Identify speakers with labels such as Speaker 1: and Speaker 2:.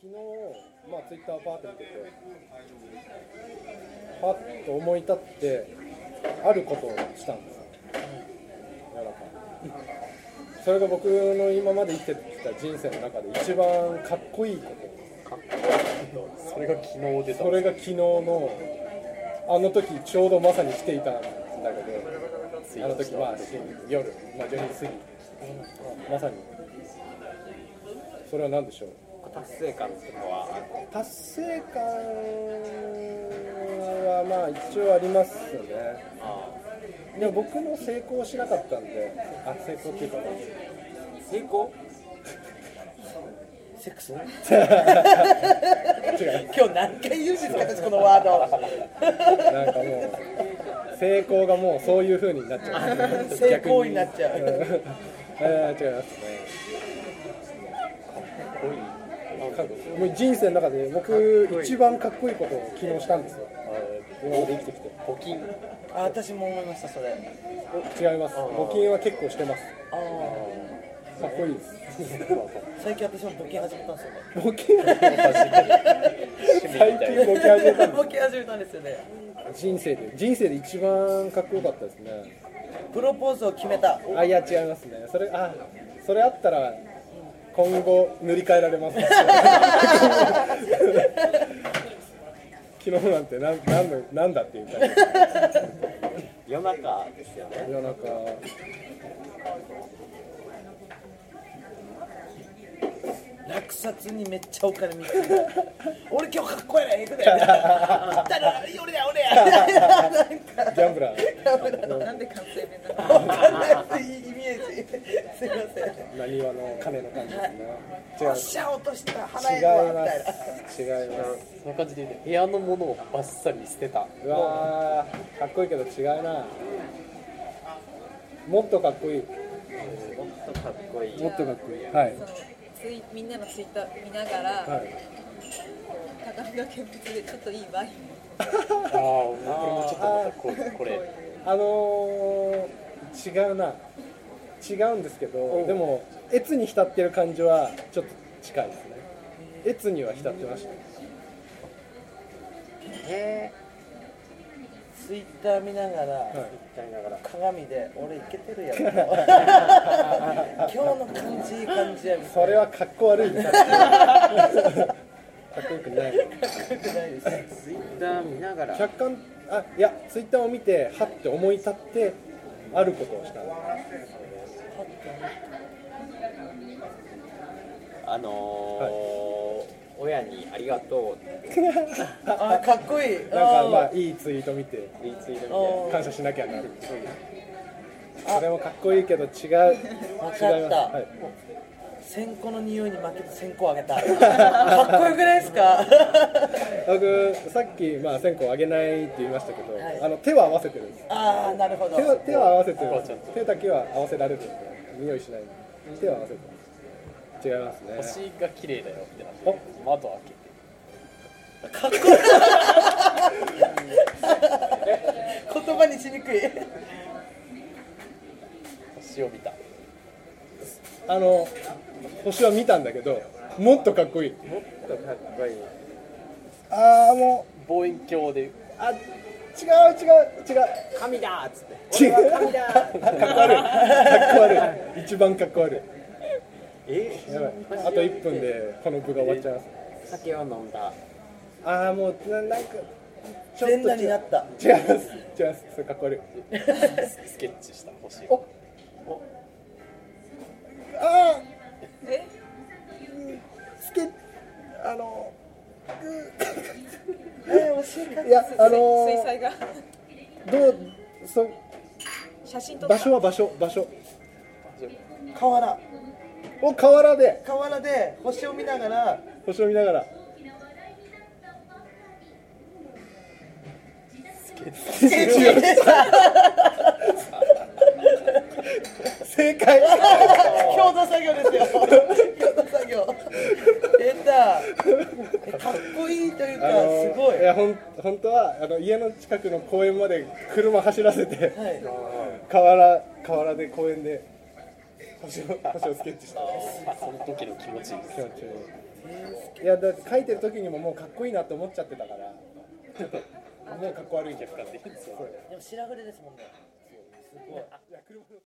Speaker 1: 昨日、まあ、ツイッターパーって見てて、パッと思い立って、あることをしたんですよ、なんかそれが僕の今まで生きてきた人生の中で一番かっこいいこと、
Speaker 2: それが昨日出た
Speaker 1: それが昨日の、あの時ちょうどまさに来ていたんだけど、あの時まあ深夜、まあ、12時過ぎ、まさに、それは何でしょう。
Speaker 3: 達成感ってのは
Speaker 1: 達成感はまあ一応ありますよね
Speaker 3: あ
Speaker 1: でも僕も成功しなかったんであ成功っていうかま
Speaker 3: ー成功
Speaker 2: セック ス
Speaker 1: あ違う
Speaker 2: 今日何回言うんですか私このワ ード
Speaker 1: なんかもう成功がもうそういう風になっちゃう
Speaker 2: 性行為になっちゃ
Speaker 1: え
Speaker 2: う
Speaker 1: ー違いますねもう人生の中で僕一番かっこいいことを昨日したんですよ今まで生きてきて
Speaker 3: 募金
Speaker 2: あ私も思いましたそ
Speaker 1: 違
Speaker 2: れ
Speaker 1: います募金は結構してます
Speaker 2: ああ
Speaker 1: かっこいいです
Speaker 2: 最近私もボケ始めたんですよね
Speaker 1: 募金 最近ボケ始めたんです
Speaker 2: ボケ始めたんですよね
Speaker 1: 人生で人生で一番かっこよかったですね
Speaker 2: プロポーズを決めた
Speaker 1: あいや違いますねそれあそれあったら今後塗り替えられます 昨日なんてなんなんのなんだっていう感じ
Speaker 3: 夜中ですよね
Speaker 1: 夜中
Speaker 2: 落札にめっちゃお金見つけ た俺今日かっこええなええことやねだから俺だ俺やなん
Speaker 1: ギャンブラー
Speaker 2: かなんで完成弁だわかんないですイメ ージすいませんよ
Speaker 1: なにわの金の感じですね違
Speaker 2: っしゃ落とした払えるわみたいな
Speaker 1: う違います違います
Speaker 3: そんな感じで、ね、部屋のものをバッサリ捨てた
Speaker 1: うわーかっこいいけど違うなもっとかっこいい
Speaker 3: もっとかっこいい
Speaker 1: もっとかっこいいはい
Speaker 4: そのツイみんなのツイッター見ながら、
Speaker 1: はい
Speaker 4: 高見が見物でちょっといいワイン
Speaker 3: ああ俺もちょっとまたこうこれ
Speaker 1: あのー、違うな違うんですけどでも越に浸ってる感じはちょっと近いですね越には浸ってました
Speaker 2: えツイッター見ながら、
Speaker 1: はい
Speaker 3: 歌いながら
Speaker 2: 鏡で俺いけてるや ん今日の感じいい感じやみた
Speaker 1: そ
Speaker 2: い
Speaker 1: れ
Speaker 2: な
Speaker 1: はかっこ悪いです かっこよくない
Speaker 3: ツイッター見ながら
Speaker 1: 客観あいやツイッターを見てはって思い立ってあることをした
Speaker 3: あのー親にありがとう
Speaker 2: あかっこい
Speaker 1: な
Speaker 2: い
Speaker 1: んかまあ
Speaker 2: あ
Speaker 1: いいツイート見て
Speaker 3: リツイートみたいな
Speaker 2: ー
Speaker 1: 感謝しなきゃなるそれもかっこいいけど違う違います、はい、
Speaker 2: 線香の匂いに負けて線香あげたかっこよくない ですか
Speaker 1: 僕さっき、まあ、線香あげないって言いましたけど、
Speaker 2: はい
Speaker 1: あの手は合わせてるんです
Speaker 2: ああなるほど
Speaker 1: 手は手は合わせてる
Speaker 3: ここはちゃんと
Speaker 1: 手だけは合わせられるんで匂いしないんで手は合わせてます違いますね
Speaker 3: 星が綺麗だよってな
Speaker 1: お
Speaker 3: 窓開けて
Speaker 2: かっこいい言葉にしにくい
Speaker 3: 星を見た
Speaker 1: あの星は見たんだけどもっとかっこいい
Speaker 3: もっとかっこいい
Speaker 1: ああも
Speaker 3: 望遠鏡で
Speaker 1: うあ違う違う違う
Speaker 3: 神だっつって
Speaker 1: 違うかっこ悪いかっこ悪い一番かっこ悪
Speaker 3: え
Speaker 1: いやばいあと1分でこの部が終わっちゃいます
Speaker 3: 酒を飲んだ
Speaker 1: ああもうななんかち
Speaker 2: 全裸になった
Speaker 1: 違います違いますそれかっこ悪い
Speaker 3: スケッチした星
Speaker 1: おあ
Speaker 4: え
Speaker 1: ースケあの
Speaker 2: えー、教え
Speaker 1: いやあの
Speaker 4: 水彩画
Speaker 1: ー、どうそ
Speaker 4: 写真撮った
Speaker 1: 場所は場所場所
Speaker 2: た河原
Speaker 1: を河原で
Speaker 2: 河原で星を見ながら
Speaker 1: 星を見ながら
Speaker 2: ス ケッチ
Speaker 1: 正解
Speaker 2: 共同作業ですよ共同作 業出たえかっこいいというか
Speaker 1: あのー
Speaker 2: すごい
Speaker 1: いやほん本当はあの家の近くの公園まで車走らせて
Speaker 2: はい
Speaker 1: 河原河原で公園で星を星をスケッチした
Speaker 3: その時の気持ちいいです
Speaker 1: 気持ちいいいやだって書いてる時にももうかっこいいなって思っちゃってたからちょっともうかっこ悪いんじゃなくていいんですよ
Speaker 2: でも白筆ですもんね。すごい。
Speaker 1: いや車の